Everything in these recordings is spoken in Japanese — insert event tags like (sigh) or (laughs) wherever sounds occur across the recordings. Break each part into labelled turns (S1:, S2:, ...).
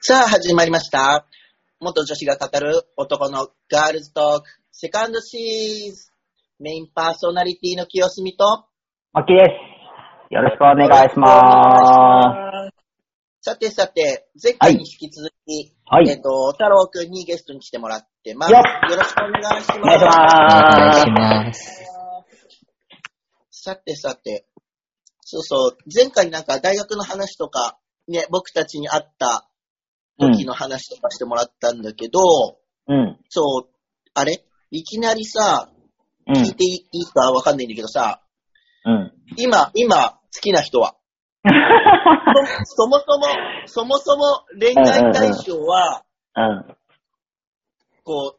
S1: さあ、始まりました。元女子が語る男のガールズトーク、セカンドシーズン。メインパーソナリティの清澄と、
S2: マッキーです。よろしくお願いしま
S1: さてさて、前回に引き続き、
S2: はい
S1: えっ、と、太郎くんにゲストに来てもらってます。
S2: よ
S1: よ
S2: っ
S1: ろしくお願いします。
S2: お願いし
S3: お願いし
S2: ま
S3: ます。
S1: さてさて、そうそう、前回なんか大学の話とか、ね、僕たちに会った時の話とかしてもらったんだけど、
S2: す。うん。
S1: そう、あれいきなりさ、
S2: う
S1: 聞い
S2: ん。
S1: ていいかわかんないんだけどさ、
S2: うん。
S1: 今、今、好きな人はそそもそも、そもそも恋愛対象は、
S2: うん。
S1: こう、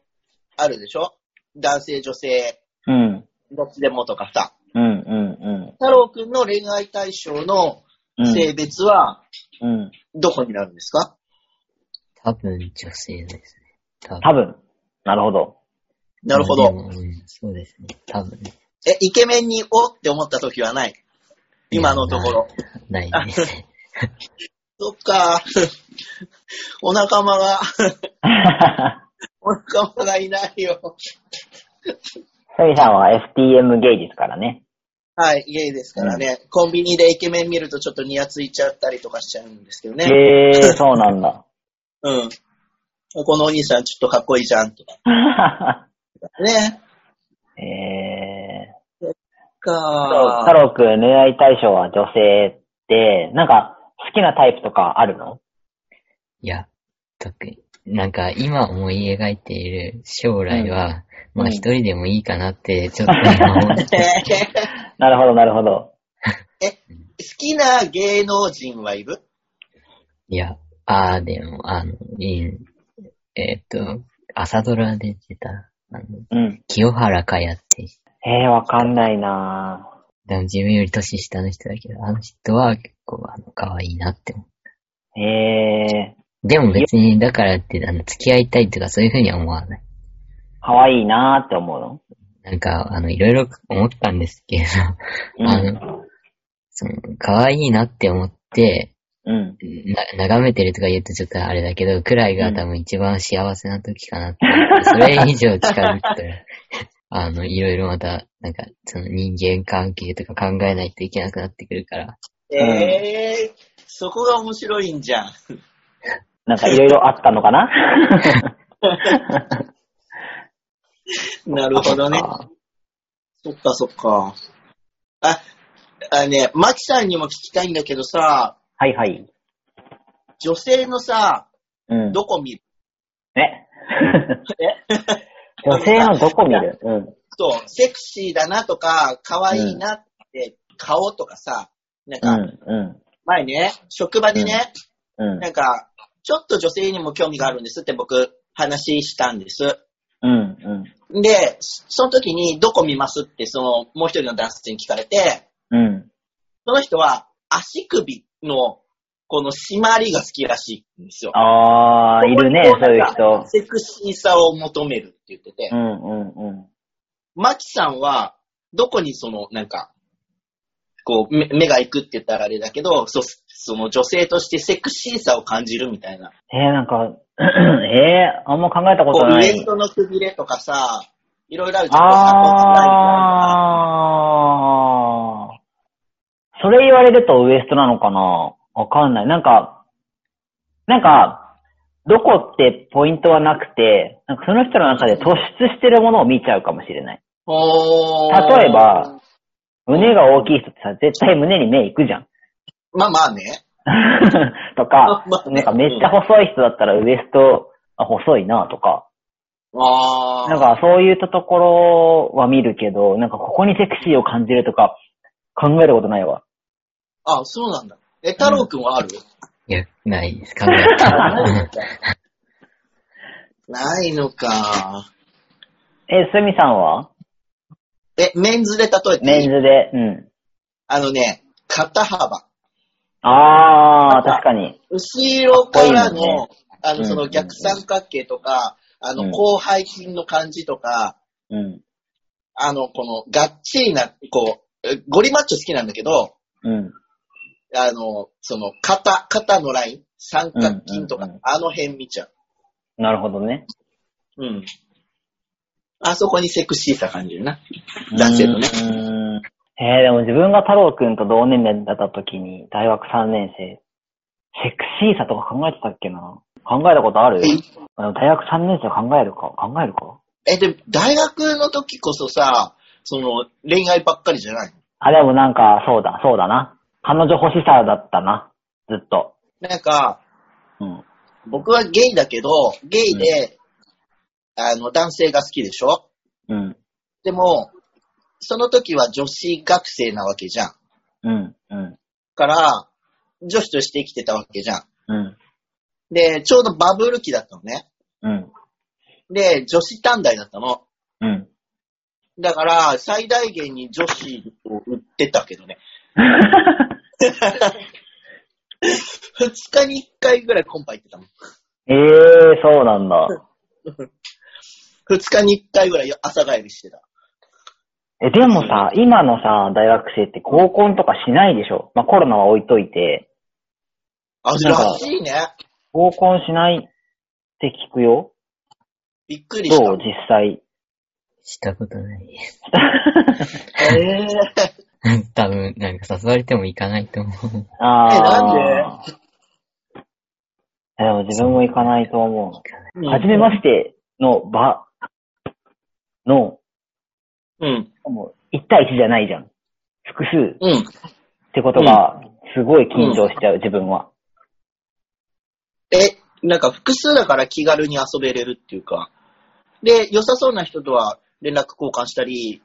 S1: あるでしょ男性、女性、
S2: うん。
S1: どっちでもとかさ。
S2: うん。うん。
S1: 太郎くんの恋愛対象の
S2: うん。
S1: 性別は、
S2: うん。
S1: どこになるんですか、
S3: 多分女性ですね。多
S2: 多分。なるほど。 (laughs)
S1: なるほど。
S3: うんそうですね。多分ね。
S1: え、イケメンにおって思った時はない今のところ。
S3: ないないです
S1: (laughs)
S3: ね。
S1: そっか。 (laughs) お仲間が、お仲間がいないよ。
S2: サギさんは FTM ゲージですからね。
S1: はい、ゲイですからね、コンビニでイケメン見るとちょっとニヤついちゃったりとかしちゃうんですけどね。
S2: へえー、そうなんだ。
S1: うん。このお兄さんちょっとかっこいいじゃんとか。ね。
S2: えー。そう
S1: か
S2: 太郎くん、恋愛対象は女性って、なんか、好きなタイプとかあるの
S3: いや、特に。なんか今思い描いている将来は、
S2: うん
S3: まあ
S2: うん
S3: 一人でもいいかなって、ちょっと今
S1: (laughs)
S3: 思って、
S2: なるほど、なるほど。
S1: 好きな芸能人はいる
S3: いや、あーでも、あの、いいえーっと、朝ドラで出た、あの、
S2: うん。
S3: 清原かやって、
S2: えー、わかんないなぁ。
S3: でも自分より年下の人だけど、あの人は結構、あの、可愛いなって思う
S2: えー、
S3: でも別に、だからって、あの、付き合いたいとかそういうふうには思わない。
S2: かわいいなーって思うの
S3: なんか、あの、いろいろ思ったんですけ
S2: う
S3: ど、あの、その、可愛いなって思って、
S2: うん。
S3: な、眺めてるとか言うとちょっとあれだけど、くらいが多分一番幸せな時かなって思って、それ以上近づくと、 (laughs) あの、いろいろまた、なんか、その人間関係とか考えないといけなくなってくるから、
S1: ええそこが面白いんじゃん。
S2: なんかいろいろあったのか
S1: (laughs)
S2: な
S1: なるほど
S2: (laughs)
S1: ね。
S3: あ
S1: そっかそっか。あ、あね、マキさんにも聞きたいんだけどさ、
S2: はいはい。
S1: 女性のさ、
S2: うん。
S1: どこ見る
S2: ね。 (laughs) 女性のどこ
S1: (laughs)
S2: 見るうん。
S1: そう、セクシーだなとか、可愛いなって、顔とかさ、なん
S2: う
S1: か、
S2: ん。う
S1: 前ね、職場でね、
S2: ん。うん。
S1: なんか、ちょっと女性にも興味があるんですって僕、話したんです。
S2: うん。うん。
S1: で、その時に、どこ見ますって、その、もう一人の男性に聞かれて、
S2: うん。
S1: その人は、足首の、この締まりが好きらしいんですよ。
S2: あー、いるね、そういう人。
S1: セクシーさを求めるって言ってて
S2: う、んうんうん。
S1: マキさんは、どこにその、なんか、こう、目目が行くって言ったらあれだけど、そその女性としてセクシーさを感じるみたいな。
S2: えー、なんか、 (clears throat) えー、あんま考えたこ
S1: ことう、ウ
S2: な
S1: エス
S2: い。
S1: トのくびれとかさ、いろいろあるじゃん。
S2: あー。それ言われるとウエストなのかなわかんない。なんか、なんか、どこってポイントはなくて、なんかその人の中で突出してるものを見ちゃうかもしれない。
S1: ほー
S2: 例えば、胸が大きい人ってさ、絶対胸に目いくじゃん。 (laughs)
S1: まあまあね。
S2: とか
S1: まあ、ね
S2: なんかめっちゃ細い人だったらウエスト、あ細いなとか。
S1: あー
S2: なんかそういったところは見るけど、なんかここにセクシーを感じるとか考えることないわ。
S1: あ、そうなんだ。え、太郎くんはある、
S3: いや、ないです。考え
S1: (laughs)
S3: たら
S1: ないのか。
S2: え、すみさんは
S1: え、メンズで例えていい
S2: メンズで。うん。
S1: あのね、肩幅。
S2: あー、確かに。
S1: 後ろから
S2: かっこいいも
S1: の、あ
S2: う
S1: の、
S2: ん
S1: その逆三角形とか、あ
S2: う
S1: の、
S2: ん
S1: 広背筋の感じとか、
S2: うん。
S1: あの、この、がっちりな、こう、えゴリマッチョ好きなんだけど、
S2: うん。
S1: あの、その、肩、肩のライン、三角筋とか、
S2: うんうんうん
S1: あの辺見ちゃう。
S2: なるほどね。
S1: うん。あそこにセクシーさ感じるな。男性のね。
S2: うん。えー、でも自分が太郎くんと同年齢だった時に、大学3年生、セクシーさとか考えてたっけな考えたことある
S1: え
S2: あの大学3年生考えるか考えるか
S1: え、で、大学の時こそさ、その、恋愛ばっかりじゃない
S2: あ、でもなんか、そうだ、そうだな。彼女欲しさだったな。ずっと。
S1: のなんか、
S2: うん。
S1: 僕はゲイだけど、ゲイで、あの、男性が好きでしょ
S2: うん。
S1: でも、その時は女子学生なわけじゃん。
S2: うん。うん。
S1: から、女子として生きてたわけじゃん。
S2: うん。
S1: で、ちょうどバブル期だったのね。
S2: うん。
S1: で、女子短大だったの。
S2: うん。
S1: だから、最大限に女子を売ってたけどね。二日に一回ぐらいコンパ行ってたもん。
S2: ええー、そうなんだ。
S1: 二日に一回ぐらい朝帰りしてた。
S2: え、でもさ、今のさ、大学生って合コンとかしないでしょまあ、コロナは置いといて、
S1: あ、
S2: なんから
S1: しいね。
S2: 合コンしないって聞くよ
S1: びっくりし
S2: ど
S1: た
S2: う。実際。
S3: したことない。
S1: えー
S3: 多分、なんか誘われても行かないと思う。
S2: あー
S1: えなん
S2: えでも自分も行かないと思う。
S1: は
S2: はじめましての場の、
S1: うん。
S2: もう、1対1じゃないじゃん。複数
S1: うん。
S2: ってことが、すごい緊張しちゃう、自分は。
S1: え、なんか複数だから気軽に遊べれるっていうか。で、良さそうな人とは連絡交換したり、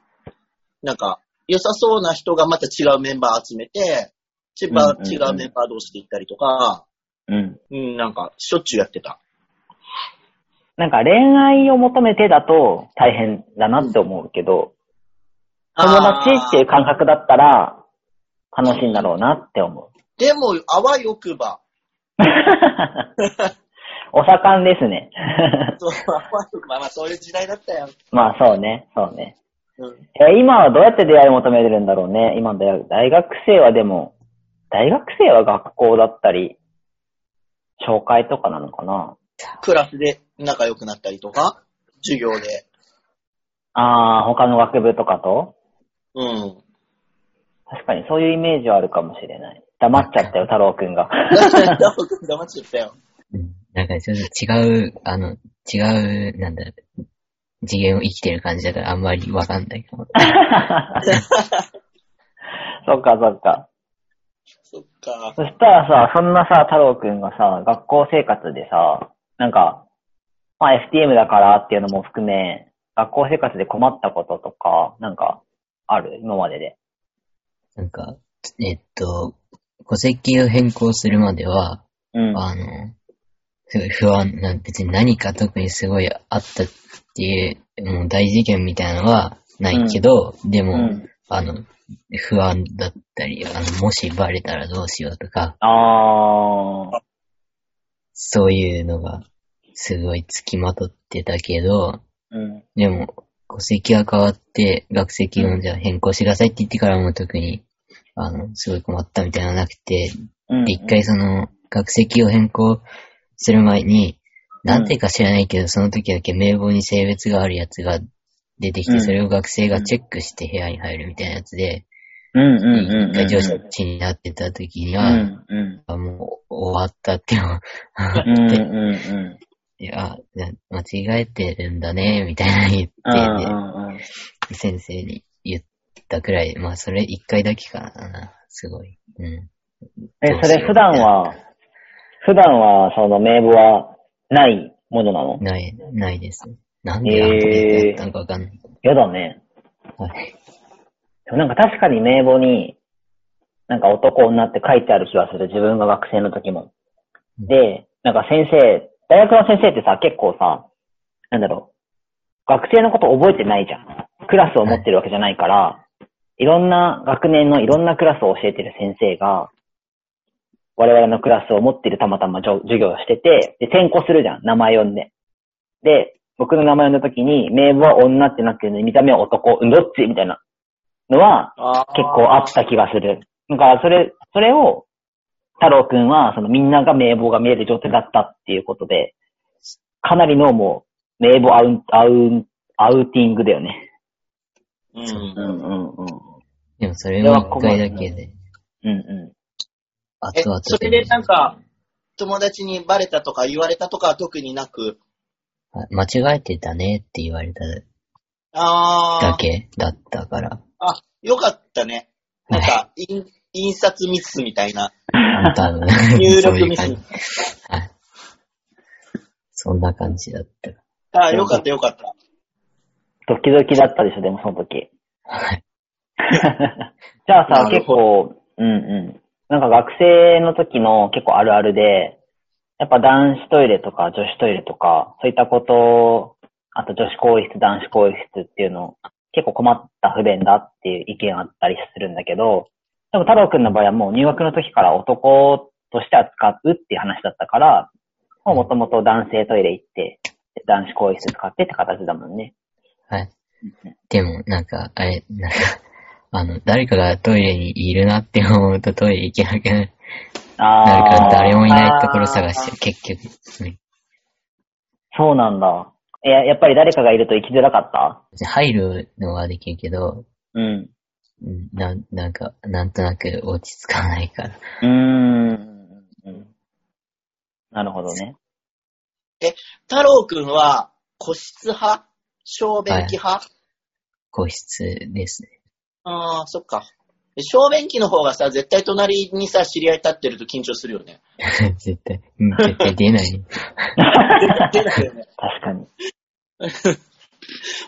S1: なんか、良さそうな人がまた違うメンバー集めて、違う,、
S2: うんうんうん
S1: 違うメンバー同士で行ったりとか、
S2: うん。
S1: うん、なんか、しょっちゅうやってた。
S2: なんか恋愛を求めてだと大変だなって思うけど、友達ってい
S1: あ
S2: う
S1: ー
S2: 感覚だったら楽しいんだろうなって思う。
S1: でも、あわよくば。
S2: お盛んですね。 (laughs)
S1: そう、あわよくば。まあ、そういう時代だったよ。
S2: まあそうね、そうね。
S1: うん。
S2: え、今はどうやって出会いを求めてるんだろうね。今の大学大学生はでも、大学生は学校だったり、紹介とかなのかな。
S1: クラスで仲良くなったりとか、授業で。
S2: ああ、他の学部とかと
S1: うん。
S2: (laughs)
S1: (laughs)
S2: 確かにそういうイメージはあるかもしれない。黙っちゃったよ、太郎くんが。 (laughs)
S1: 黙っちゃったよ。
S3: うんなんかちょっと違う、あの、違う、なんだ、次元を生きてる感じだからあんまりわかんないかも。
S2: そっかそっか。
S1: そっか。
S2: そしたらさ、そんなさ、太郎くんがさ、学校生活でさ、なんか、まあ FTM だからっていうのも含め、学校生活で困ったこととか、なんか、ある今までで。
S3: なんか、えっと、戸籍を変更するまでは、
S2: うん。
S3: あの、すごい不安な、別に何か特にすごいあったっていう、もう大事件みたいなのはないけど、で
S2: う
S3: も、
S2: ん。
S3: あの、不安だったり、あの、もしバレたらどうしようとか、
S2: あー。
S3: そういうのが、すごい付きまとってたけど、
S2: うん。
S3: でも、戸籍が変わって、学籍をじゃあ変更してくださいって言ってからも特に、あの、すごい困ったみたいなのなくて、
S2: うん
S3: で、一回その、学籍を変更する前に、なんていうか知らないけど、その時だけ名簿に性別があるやつが出てき
S2: う
S3: て、
S2: ん
S3: それを学生がチェックして部屋に入るみたいなやつで、
S2: うんうんうんうんうん。
S3: 一回上司になってた時に
S2: う
S3: は、
S2: んうん。
S3: あもう終わったって思う
S2: うんうんうん。
S3: (laughs) いや、間違えてるんだね、みたいな言って、
S2: うん
S3: で
S2: うんうん。
S3: 先生に言ったくらい、まあそれ一回だけかな、すごい。うん。
S2: え、それ普段は、普段はその名簿はないものなの
S3: ない、ないです。なんであんなことやったのかわかんない。
S2: やだね。
S3: はい
S2: でもなんか確かに名簿に、なんか男女って書いてある気がする。自分が学生の時も。
S3: うん
S2: で、なんか先生、大学の先生ってさ、結構さ、なんだろう。学生のこと覚えてないじゃん。クラスを持ってるわけじゃないから、いろんな学年のいろんなクラスを教えてる先生が、我々のクラスを持ってるたまたまじょ授業をしてて、で、転校するじゃん。名前呼んで。で、僕の名前呼んだ時に、名簿は女ってなってるのに、見た目は男、うんどっちみたいなのは、
S1: あー
S2: 結構あった気がする。なんか、それ、それを、太郎くんは、そのみんなが名簿が見える状態だったっていうことで、かなりのもう、名簿アウン、アウン、アウティングだよね。
S1: う。
S2: うんんうんうん。
S3: でもそれも一回だけで、
S2: うんう
S3: あ
S1: え
S3: とは、
S1: それでなんか、友達にバレたとか言われたとかは特になく、
S3: 間違えてたねって言われただ
S1: あー、
S3: けだっ
S1: (laughs)
S3: たから、
S1: あ、よかったね。なんか、印印刷ミスみたいな。
S3: あんたの
S1: 入
S3: そう
S1: 力
S3: いう
S1: ミス
S3: 感じ。はい。そんな感じだった。
S1: あー、よかったよかった。
S2: ドキドキだったでしょ、でもその時。
S3: はい。
S2: (laughs) じゃあさ、
S1: なる
S2: 結
S1: ほ
S2: 構、うんうん。なんか学生の時の結構あるあるで、やっぱ男子トイレとか女子トイレとか、そういったこと、あと女子更衣室、男子更衣室っていうの、結構困った不便だっていう意見あったりするんだけど、でも太郎くんの場合はもう入学の時から男として扱うっていう話だったから、もう元々男性トイレ行って、男子更衣室使ってって形だもんね。
S3: はい。でも、なんか、あれ、なんか、あの、誰かがトイレにいるなって思うとトイレ行けなくなる
S2: あ
S3: から
S2: ー
S3: 誰もいないところ探して、結局、うん
S2: そうなんだ。え、やっぱり誰かがいると生きづらかった
S3: 入るのはできるけど、
S2: うん。
S3: うんなん、なんか、なんとなく落ち着かないから。
S2: うーん。なるほどね。
S1: 太郎くんは、個室派小便器派、
S3: 個室ですね。 (laughs)
S1: あー、そっか。で小便器の方がさ、絶対隣にさ、知り合い立ってると緊張するよ
S3: (laughs)
S1: ね。
S3: 絶対、うん絶対出ない。 (laughs)
S1: 出ないよね
S2: 確かに。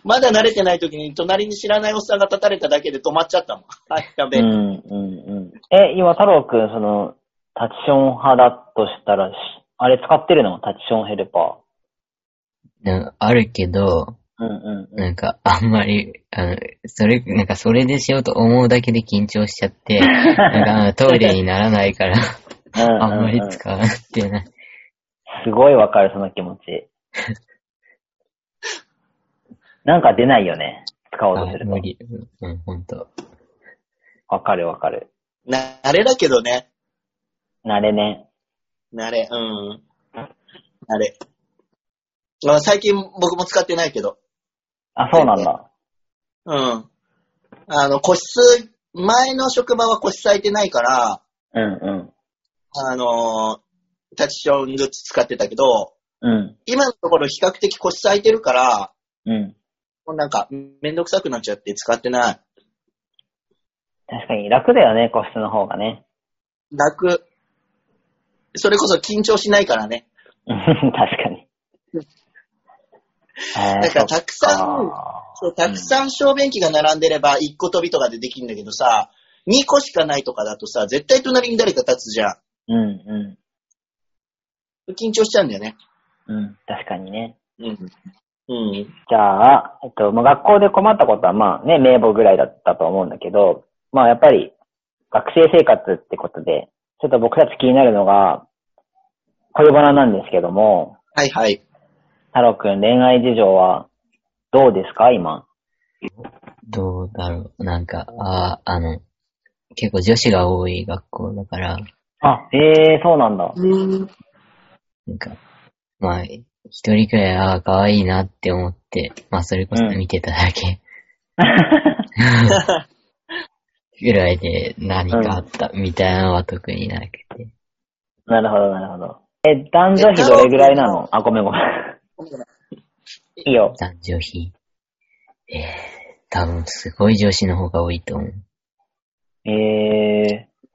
S1: まだ慣れてない時に隣に知らないおっさんが立たれただけで止まっちゃったもん。はい、やべ
S2: う
S1: え。
S2: ん、うん、うん。え、今、太郎くん、その、タッチション派だとしたらし、あれ使ってるのタッチションヘルパ
S3: なんかあるけど、
S2: ー。うん、うん、うん。
S3: なんか、あんまり、あの、それ、なんか、それでしようと思うだけで緊張しちゃって、なんかあの、トイレにならないか
S2: (laughs)
S3: ら、
S2: うん
S3: あんまり
S2: うんうん
S3: 使わなくてない。
S2: すごいわかる、その気持ち。なんか出ないよね。使おうとす
S3: あ
S2: る
S3: 無
S2: と。
S3: 理。うん、ほんと。
S2: わかるわかる。
S1: な、慣れだけどね。
S2: 慣れね。
S1: 慣れ、うん。慣れ。まあ、最近僕も使ってないけど。
S2: あ、そうなんだ。
S1: うん。あの、個室、前の職場は個室空いてないから、
S2: うん、う
S1: あのータッチショングッズ使ってたけど、
S2: ん。うん、
S1: 今のところ比較的個室空いてるから、
S2: うん。
S1: もうなんか、めんどくさくなっちゃって使ってない。
S2: 確かに楽だよね、個室の方がね。 (laughs)
S1: 楽。それこそ緊張しないからね。
S2: うん確か
S1: (laughs)
S2: に。え
S1: だからたくさんそう、たくさん小便器が並んでれば、1個飛びとかでできるんだけどさ、2個しかないとかだとさ、絶対隣に誰か立つじゃん。
S2: ん。うん、
S1: 緊張しちゃうんだよね。
S2: うん。うん、確かにね。
S1: うん。うん。
S2: じゃあ、えっと、まあ、学校で困ったことは、まあね、名簿ぐらいだったと思うんだけど、まあやっぱり、学生生活ってことで、ちょっと僕たち気になるのが、恋バナなんですけども、
S1: はいはい。
S2: 太郎くん恋愛事情はどうですか、今。
S3: どうだろう。なんか、ああ、あの、結構女子が多い学校だから、
S2: あ、ええそうなんだ。
S1: うん。
S3: なんか、まあ、一人くらい、ああ、可愛いなって思って、まあ、それこそ見てただけ。ぐらいで何かあったみたいなのは特になくて。
S2: なるほど、なるほど。え、男女比どれぐらいなのあ、ごめんごめん。いいよ。
S3: 男女比。えー、多分すごい女子の方が多いと思う。
S2: えー、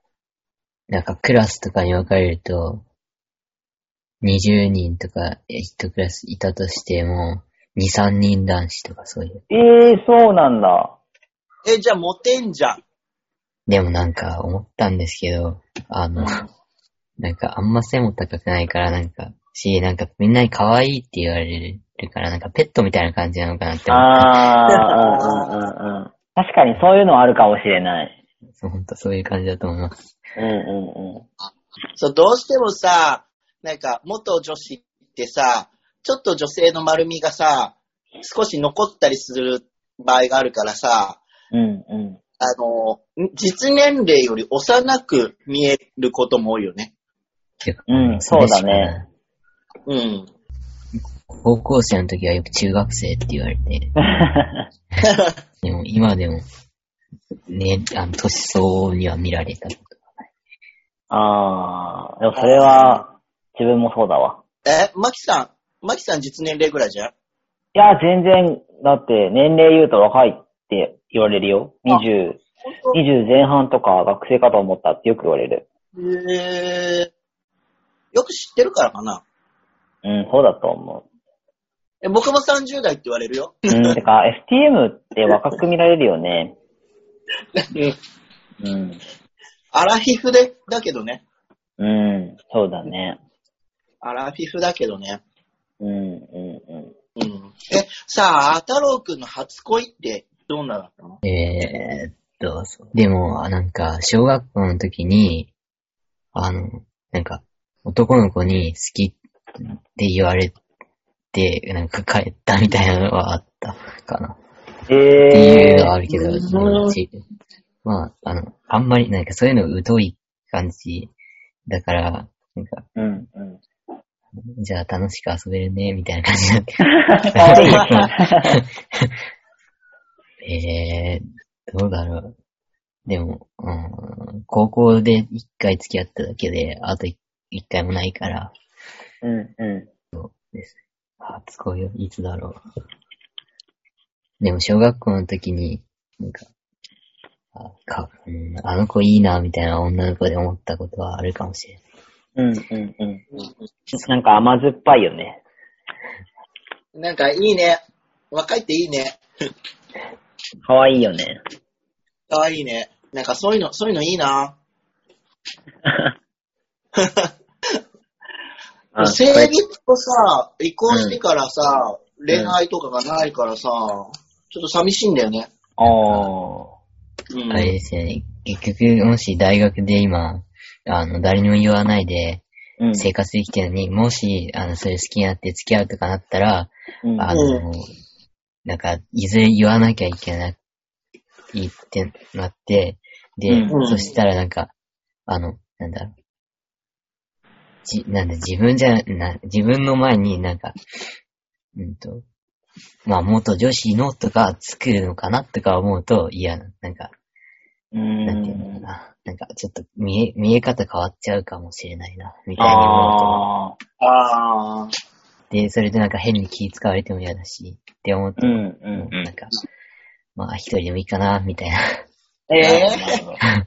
S3: なんかクラスとかに分かれると、20人とかえ一クラスいたとしても、2、3人男子とかそういう。
S2: えー、そうなんだ。
S1: え、じゃあモテんじゃん。
S3: でもなんか思ったんですけど、あの、なんかあんま背も高くないからなんか、し、なんかみんなに可愛いって言われるから、なんかペットみたいな感じなのかなって思った。
S2: あー、うんうんうんうん。確かにそういうのはあるかもしれない。
S3: そうほんとそういう感じだと思います。
S2: うんうんうん。
S1: そう、どうしてもさ、なんか、元女子ってさ、ちょっと女性の丸みがさ、少し残ったりする場合があるからさ、
S2: うんう
S1: あの、実年齢より幼く見えることも多いよね。
S3: てか
S2: うんそうだね。
S1: うん。
S3: 高校生の時はよく中学生って言わ
S2: (laughs)
S3: れて、でも今でも、ね、あの、年相応には見られたことがない。
S2: ああ、でもそれは、自分もそうだわ。
S1: え、マキさん、マキさん実年齢ぐらいじゃん
S2: いや、全然、だって、年齢言うと若いって言われるよ。20、20前半とか学生かと思ったってよく言われる。
S1: えー、よく知ってるからかな。
S2: うん、そうだと思
S1: え僕も30代って言われるよ。
S2: う。うん、てか、STM って若く見られるよね。うん。
S1: アラフィフで、だけどね。
S2: うん、そうだね。
S1: アラフィフだけどね。
S2: うん、うん、うん。
S1: うん。え、さあ、太郎くんの初恋ってどんなだったの
S3: えーっと、そうでも、あなんか、小学校の時に、あの、なんか、男の子に好きって言われて、なんか帰ったみたいなのはあったかな。って
S2: え
S3: いうの
S2: ー、
S3: はあるけど、
S1: うん
S3: 友達まあ、あの、あんまり、なんかそういうの疎い感じだから、なんか、
S2: うん、うん。
S3: じゃあ楽しく遊べるね、みたいな感じだった。 (laughs) えー、どうだろう。でも、うん、高校で一回付き合っただけで、あと一一回もないから、
S2: うん、う
S3: 初恋はいつだろう。でも小学校の時に、なんか、あかうんあの子いいな、みたいな女の子で思ったことはあるかもしれ
S2: ん。うん、
S3: ない。
S2: うん、うん。なんか甘酸っぱいよね。
S1: なんかいいね。若いっていいね。
S2: かわいいよね。
S1: かわいいね。なんかそういうの、そういうのいいな。
S2: あ
S1: 性別とさ、離婚してからさ、恋愛とかがないからさ、ちょっと寂しいんだよね。
S2: あー。
S1: うん。
S3: あれですよね。結局、もし大学で今、あの、誰にも言わないで
S2: うん
S3: 生活できてるのに、もし、あの、それ好きになって付き合うとかなったら、
S2: うん
S3: あの、なんか、いずれ言わなきゃいけない、いってなって、で、
S2: うん
S3: そしたらなんか、あの、なんだろう。じ、なんだ、自分じゃ、な、自分の前になんか、うんと、まあ、元女子のとか作るのかなとか思うと嫌な、なんか、
S2: う
S3: なんていうのか
S2: ん。
S3: な。なんか、ちょっと見え、見え方変わっちゃうかもしれないな、みたいに思う
S2: ああ。
S1: ああ。
S3: と。で、それでなんか変に気使われても嫌だし、って思う
S2: う
S3: と、
S2: ん
S3: も
S2: う
S3: うん
S2: う
S3: なんか、まあ、一人でもいいかな、みたいな。
S2: ん。
S1: ええ
S2: え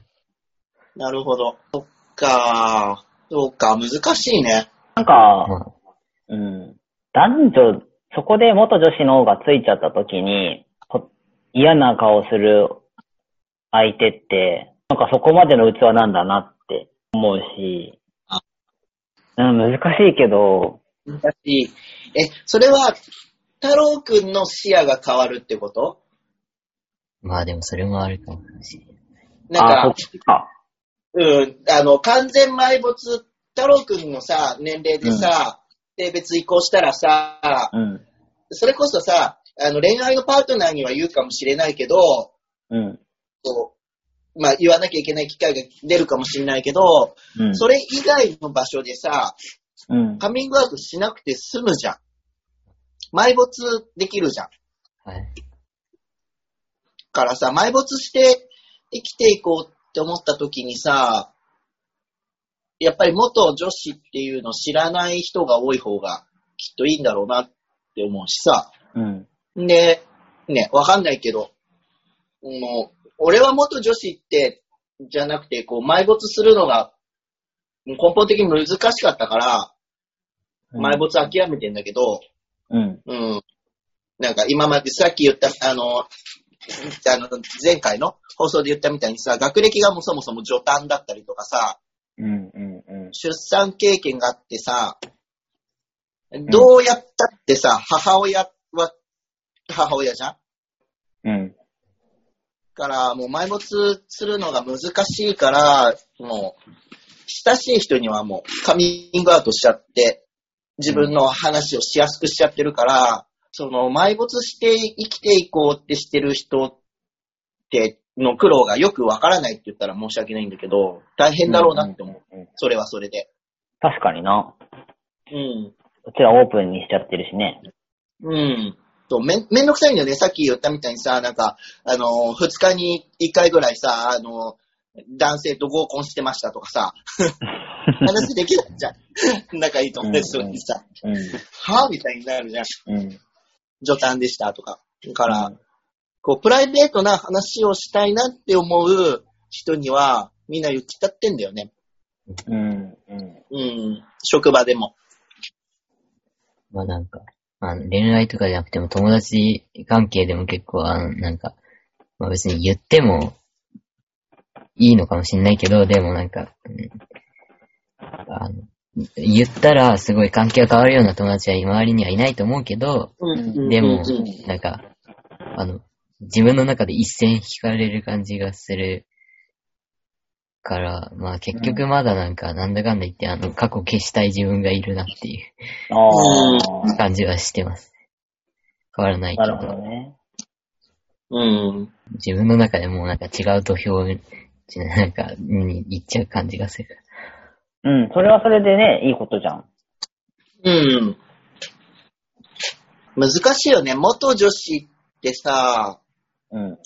S1: (laughs) なるほど。そっか。そうか、難しいね。
S2: なんか、
S3: (laughs) ま
S2: うん。男女、そこで元女子の方がついちゃった時に、こ嫌な顔する相手って、なんかそこまでの器なんだなって思うし
S1: あ、
S2: うん、難しいけど、
S1: 難しい。え、それは、太郎くんの視野が変わるってこと
S3: あ、まあでもそれもあるかもしれない。
S1: なん
S2: あ
S1: か、、
S2: そっか。
S1: うん、あの、完全埋没、太郎くんのさ、年齢でさ、性別移行したらさ、
S2: うん。
S1: それこそさ、あの、恋愛のパートナーには言うかもしれないけど、
S2: うん。
S1: こうまあ、言わなきゃいけない機会が出るかもしれないけど、
S2: うん。
S1: それ以外の場所でさ、
S2: うん。
S1: カミングアウトしなくて済むじゃん。埋没できるじゃん。
S3: はい。
S1: からさ、埋没して生きていこうって思った時にさ、やっぱり元女子っていうのを知らない人が多い方がきっといいんだろうなって思うしさ。
S2: うん。
S1: で、ね、わかんないけど、もう、俺は元女子って、じゃなくて、こう、埋没するのが、もう根本的に難しかったから、埋没諦めてんだけど、
S2: うん。
S1: うん。なんか今までさっき言った、あの、あの、前回の放送で言ったみたいにさ、学歴がもうそもそも序端だったりとかさ、
S2: うん。うん。うん。
S1: 出産経験があってさ、どうやったってさ、母親は母親じゃん
S2: うん。
S1: から、もう埋没するのが難しいから、もう、親しい人にはもうカミングアウトしちゃって、自分の話をしやすくしちゃってるから、その埋没して生きていこうってしてる人って、の苦労がよくわからないって言ったら申し訳ないんだけど、大変だろうなって思う。
S2: うん
S1: それはそれで。
S2: 確かにな。
S1: うん。
S2: うちらオープンにしちゃってるしね。
S1: うん。そうめん、めんどくさいんだよね。さっき言ったみたいにさ、なんか、あのー、二日に一回ぐらいさ、あのー、男性と合コンしてましたとか
S2: (laughs)
S1: さ、話できないじゃん。 (laughs) 仲いい友達とにさ、
S2: う
S1: はぁみたいになるじゃん。
S2: ん。うん。
S1: 助短でしたとか。だから、こう、プライベートな話をしたいなって思う人には、みんな言っちゃってんだよね。
S2: うん。うん。
S1: うん。職場でも。
S3: まあなんか、あの恋愛とかじゃなくても友達関係でも結構、あの、なんか、まあ別に言ってもいいのかもしんないけど、でもなんか、うんあの、言ったらすごい関係が変わるような友達は周りにはいないと思うけど、
S2: うん
S3: で
S1: う
S3: も
S1: ん、
S3: なんか、あの、自分の中で一線引かれる感じがするから、まあ結局まだなんか、なんだかんだ言って、あの、過去消したい自分がいるなっていう。
S2: ああ。
S3: 感じはしてます。変わらないけ
S2: なる
S3: ど、
S2: ほどね。
S1: うん。
S3: 自分の中でもうなんか違う土俵に、なんか、に行っちゃう感じがする。
S2: うん。それはそれでね、いいことじゃん。
S1: うん。難しいよね。元女子ってさ、
S2: うん。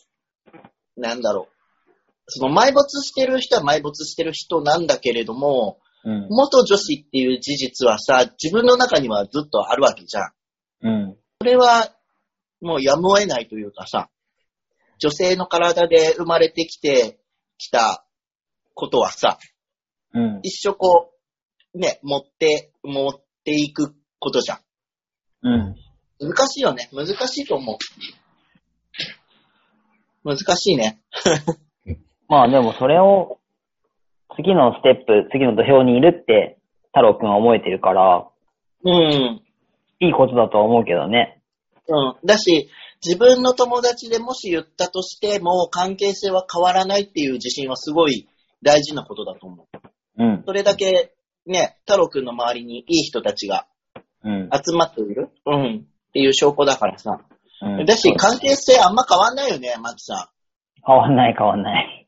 S1: なんだろう。その埋没してる人は埋没してる人なんだけれども、
S2: うん。
S1: 元女子っていう事実はさ、自分の中にはずっとあるわけじゃん。
S2: うん。
S1: それは、もうやむを得ないというかさ、女性の体で生まれてきてきたことはさ、
S2: うん。
S1: 一生こう、ね、持って、持っていくことじゃん。
S2: うん。
S1: 難しいよね。難しいと思う。難しいね。
S2: まあでもそれを、次のステップ、次の土俵にいるって、太郎くんは思えてるから、
S1: うん。
S2: いいことだとは思うけどね。
S1: うん。だし、自分の友達でもし言ったとしても、関係性は変わらないっていう自信はすごい大事なことだと思う。
S2: うん。
S1: それだけ、ね、太郎くんの周りにいい人たちが
S2: うん。
S1: 集まっているうん。っていう証拠だからさ。
S2: うん
S1: だし、関係性あんま変わんないよね、マキさ
S2: 変わんない変わんな
S1: ん。
S2: い。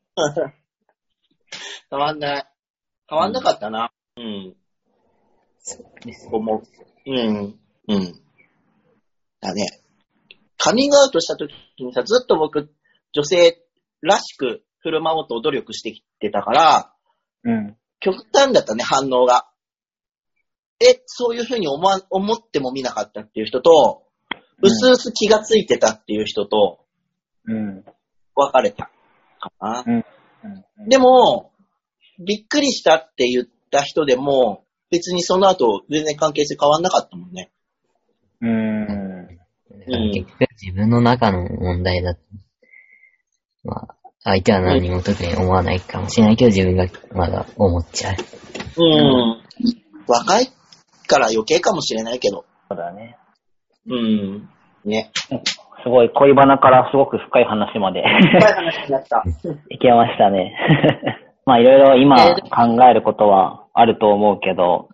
S1: 変わんない。変わんなかったな。うん。思う。うん。うん。だね。カミングアウトした時にさ、ずっと僕、女性らしく振る舞おうと努力してきてたから、
S2: うん。
S1: 極端だったね、反応が。え、そういうふうに思わ、思っても見なかったっていう人と、
S2: うん
S1: うすうす気がついてたっていう人と
S2: うん。
S1: 別れたかな。
S2: うん。
S1: でも、びっくりしたって言った人でも、別にその後、全然関係性変わんなかったもんね。
S2: うん。
S3: だから結局自分の中の問題だ。まあ、相手は何も特に思わないかもしれないけど、自分がまだ思っちゃう。
S1: うん。若いから余計かもしれないけど。
S2: そうだね。
S1: うん。
S2: (laughs)
S1: ね。
S2: すごい恋バナからすごく深い話まで
S1: 深い話になった。
S2: いけましたね。 (laughs) まあいろいろ今
S1: え
S2: 考えることはあると思うけど、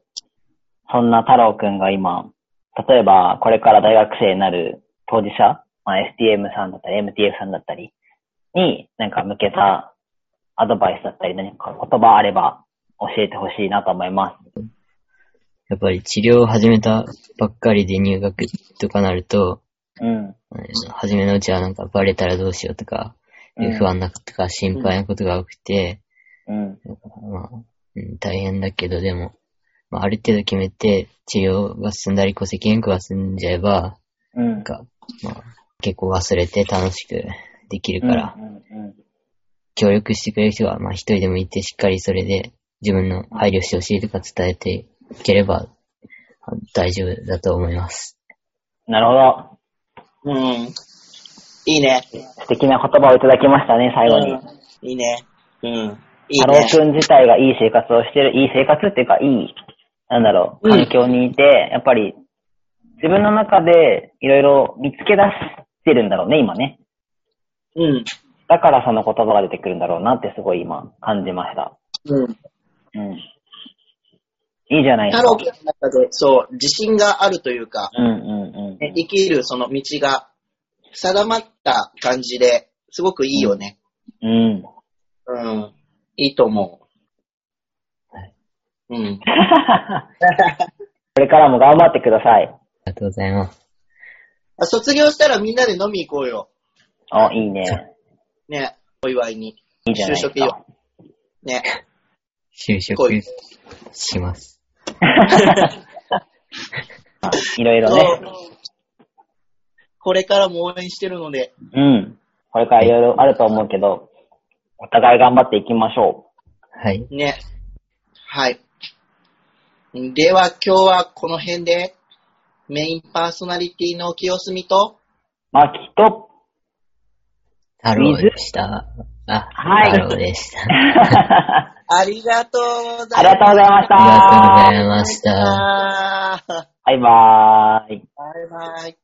S2: そんな太郎くんが今、例えばこれから大学生になる当事者、まあ、STM さんだったり MTF さんだったりになんか向けたアドバイスだったり何か言葉あれば教えてほしいなと思います。
S3: やっぱり治療を始めたばっかりで入学とかなると、
S2: うん。
S3: あの初めのうちはなんかバレたらどうしようとか、
S2: うん
S3: 不安なこととか心配なことが多くて、
S2: うん。
S3: まあ、うん大変だけど、でも、まあ、ある程度決めて、治療が進んだり、戸籍変更が進んじゃえば、
S2: うん
S3: なん。か、まあ、結構忘れて楽しくできるから、
S2: うんうん
S3: 協力してくれる人は、まあ、一人でもいて、しっかりそれで、自分の配慮してほしいとか伝えていければ、あ大丈夫だと思います。
S2: うん。なるほど。
S1: うん。いいね。
S2: 素敵な言葉をいただきましたね、最後に。
S1: うんいいね。うん。いい
S2: 太
S1: ね
S2: 郎。くん自体がいい生活をしてる、いい生活っていうか、いい、なんだろ
S1: う
S2: う、
S1: ん
S2: 環境にいて、やっぱり、自分の中でいろいろ見つけ出してるんだろうね、今ね。
S1: うん。
S2: だからその言葉が出てくるんだろうなってすごい今感じました。
S1: うん。
S2: うん。いいじゃないです
S1: 太
S2: か
S1: 郎。君の中で、そう、自信があるというか、
S2: うんうんうん。
S1: ね生きるその道が定まった感じですごくいいよね。
S2: うん。
S1: うん。いいと思
S3: はい。
S1: う。うん。
S2: これからも頑張ってください。
S3: ありがとうございます。
S1: あ卒業したらみんなで飲み行こうよ。
S2: あ、いいね。
S1: ね。お祝いに。
S2: いいじゃな
S1: 就
S2: いです
S1: 職よ
S2: か。。
S1: ね。
S3: 就職
S1: 来い
S3: します。
S2: いろいろ
S1: そ
S2: ね。
S1: うこれからも応援してるので、
S2: うん。これからいろいろあると思うけど、お互い頑張っていきましょ
S3: はい。
S1: ね。はい。では今日はこの辺で、メインパーソナリティの清澄と、
S2: う。まきと、
S3: 太郎でした。あ、
S2: はい
S3: 太郎でした。
S1: ありがとうござ
S2: あ
S1: い
S2: りがとうございました。
S3: ありがとうございました。
S1: ました。
S2: バイバーイ。
S1: バイバイ。